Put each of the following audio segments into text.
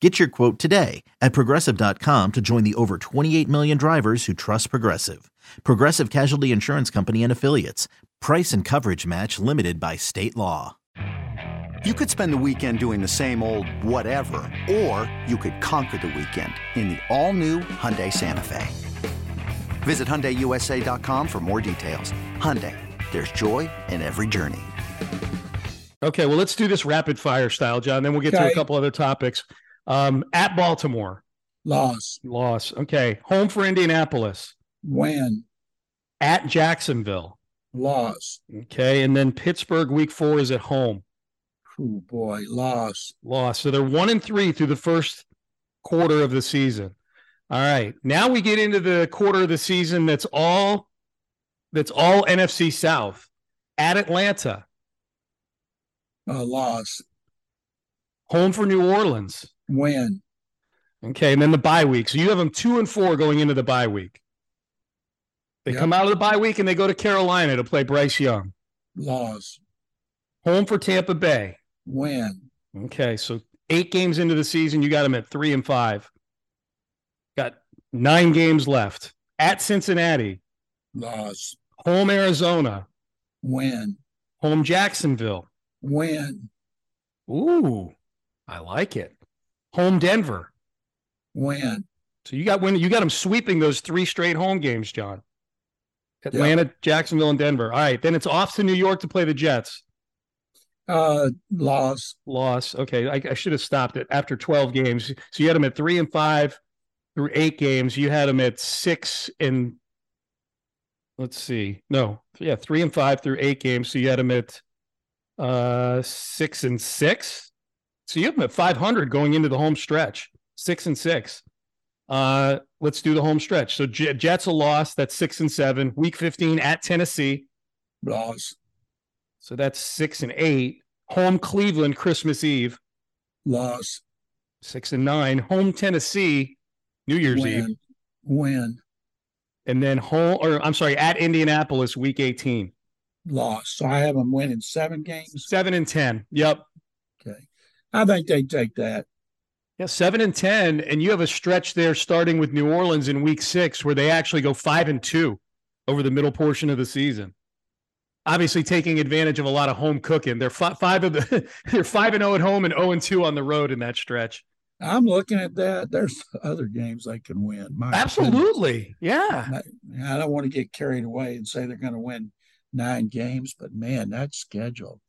Get your quote today at progressive.com to join the over 28 million drivers who trust Progressive. Progressive Casualty Insurance Company and Affiliates. Price and coverage match limited by state law. You could spend the weekend doing the same old whatever, or you could conquer the weekend in the all-new Hyundai Santa Fe. Visit HyundaiUSA.com for more details. Hyundai, there's joy in every journey. Okay, well, let's do this rapid fire style, John. Then we'll get to a Okay. couple other topics. Um, at Baltimore, Loss. loss. Okay, home for Indianapolis. Win. At Jacksonville. Loss. Okay, and then Pittsburgh, week four is at home. Oh boy. Loss. Loss. So they're one and three through the first quarter of the season. All right, now we get into the quarter of the season that's all that's all NFC South. At Atlanta, Uh, loss. home for New Orleans. Win. Okay, and then the bye week. So you have them two and four going into the bye week. They Yep. come out of the bye week and they go to Carolina to play Bryce Young. Loss. Home for Tampa Bay. Win. Okay, so eight games into the season, you got them at three and five. Got nine games left at Cincinnati, Loss. home Arizona, Win. home Jacksonville. Win. Ooh, I like it. Home Denver. Win. So you got when you got them sweeping those three straight home games, John. Atlanta, Jacksonville, and Denver. All right, then it's off to New York to play the Jets. Uh, loss. Loss. Okay, I, I should have stopped it after twelve games. So you had them at three and five through eight games. You had them at six and let's see, no, yeah, three and five through eight games. So you had them at uh six and six. So you have them at five hundred going into the home stretch. Six and six. Uh, let's do the home stretch. So J- Jets a loss. That's six and seven. Week fifteen at Tennessee. Loss. So that's six and eight. Home Cleveland Christmas Eve. Loss. Six and nine. Home Tennessee New Year's Eve, Win. Win. and then home or I'm sorry at Indianapolis Week 18. Loss. So I have them winning seven games. Seven and ten. Yep. Okay. I think they take that. Yeah, seven and ten, and you have a stretch there starting with New Orleans in Week Six where they actually go five and two over the middle portion of the season. Obviously, taking advantage of a lot of home cooking. They're fi- five of the they're five and zero at home and zero and two on the road in that stretch. I'm looking at that. There's other games they can win. My goodness. Absolutely. Yeah. I don't want to get carried away and say they're going to win nine games, but man, that schedule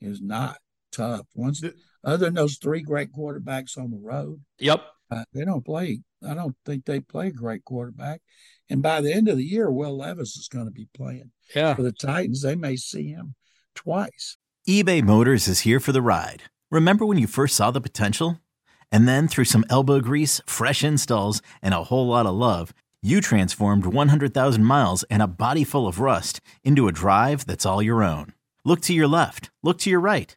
is not tough. Once The- other than those three great quarterbacks on the road, Yep. uh, they don't play. I don't think they play a great quarterback. And by the end of the year, Will Levis is going to be playing Yeah. for the Titans. They may see him twice. eBay Motors is here for the ride. Remember when you first saw the potential? And then through some elbow grease, fresh installs, and a whole lot of love, you transformed 100,000 miles and a body full of rust into a drive that's all your own. Look to your left, look to your right.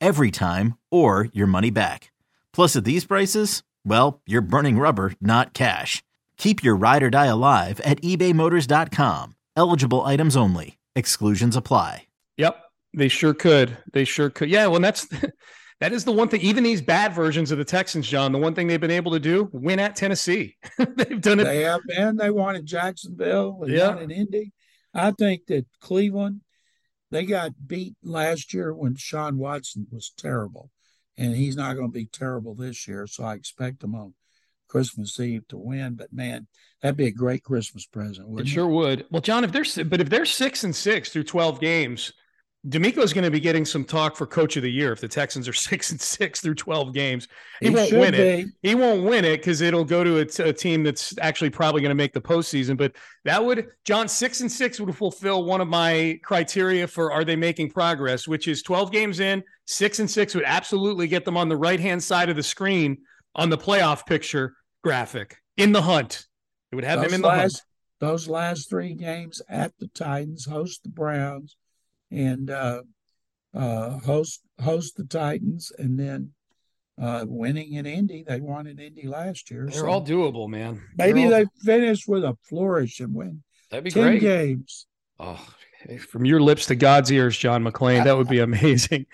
every time, or your money back. Plus, at these prices, well, you're burning rubber, not cash. Keep your ride or die alive at ebaymotors.com. Eligible items only. Exclusions apply. Yep, they sure could. They sure could. Yeah, well, and that's that is the one thing. Even these bad versions of the Texans, John, the one thing they've been able to do, win at Tennessee. they've done it. They have been. They wanted Jacksonville. They Yeah. wanted Indy. I think that Cleveland, they got beat last year when Sean Watson was terrible, and he's not going to be terrible this year. So I expect them on Christmas Eve to win. But man, that'd be a great Christmas present. It Wouldn't sure would. Well, John, if they're but if they're six and six through twelve games, D'Amico's going to be getting some talk for Coach of the Year if the Texans are six and six through twelve games. He, won't should win it. be. He won't win it because it'll go to a, t- a team that's actually probably going to make the postseason. But that would John six and six would fulfill one of my criteria for are they making progress, which is twelve games in, six and six would absolutely get them on the right hand side of the screen on the playoff picture graphic in the hunt. It would have them in the hunt. last, those last three games at the Titans host the Browns and uh, uh, host host the Titans and then uh, winning in Indy. They won in Indy last year. They're all doable, man. maybe They're all- they finish with a flourish and win that'd be ten great. games. Oh, from your lips to God's ears, John McClain. That would be amazing.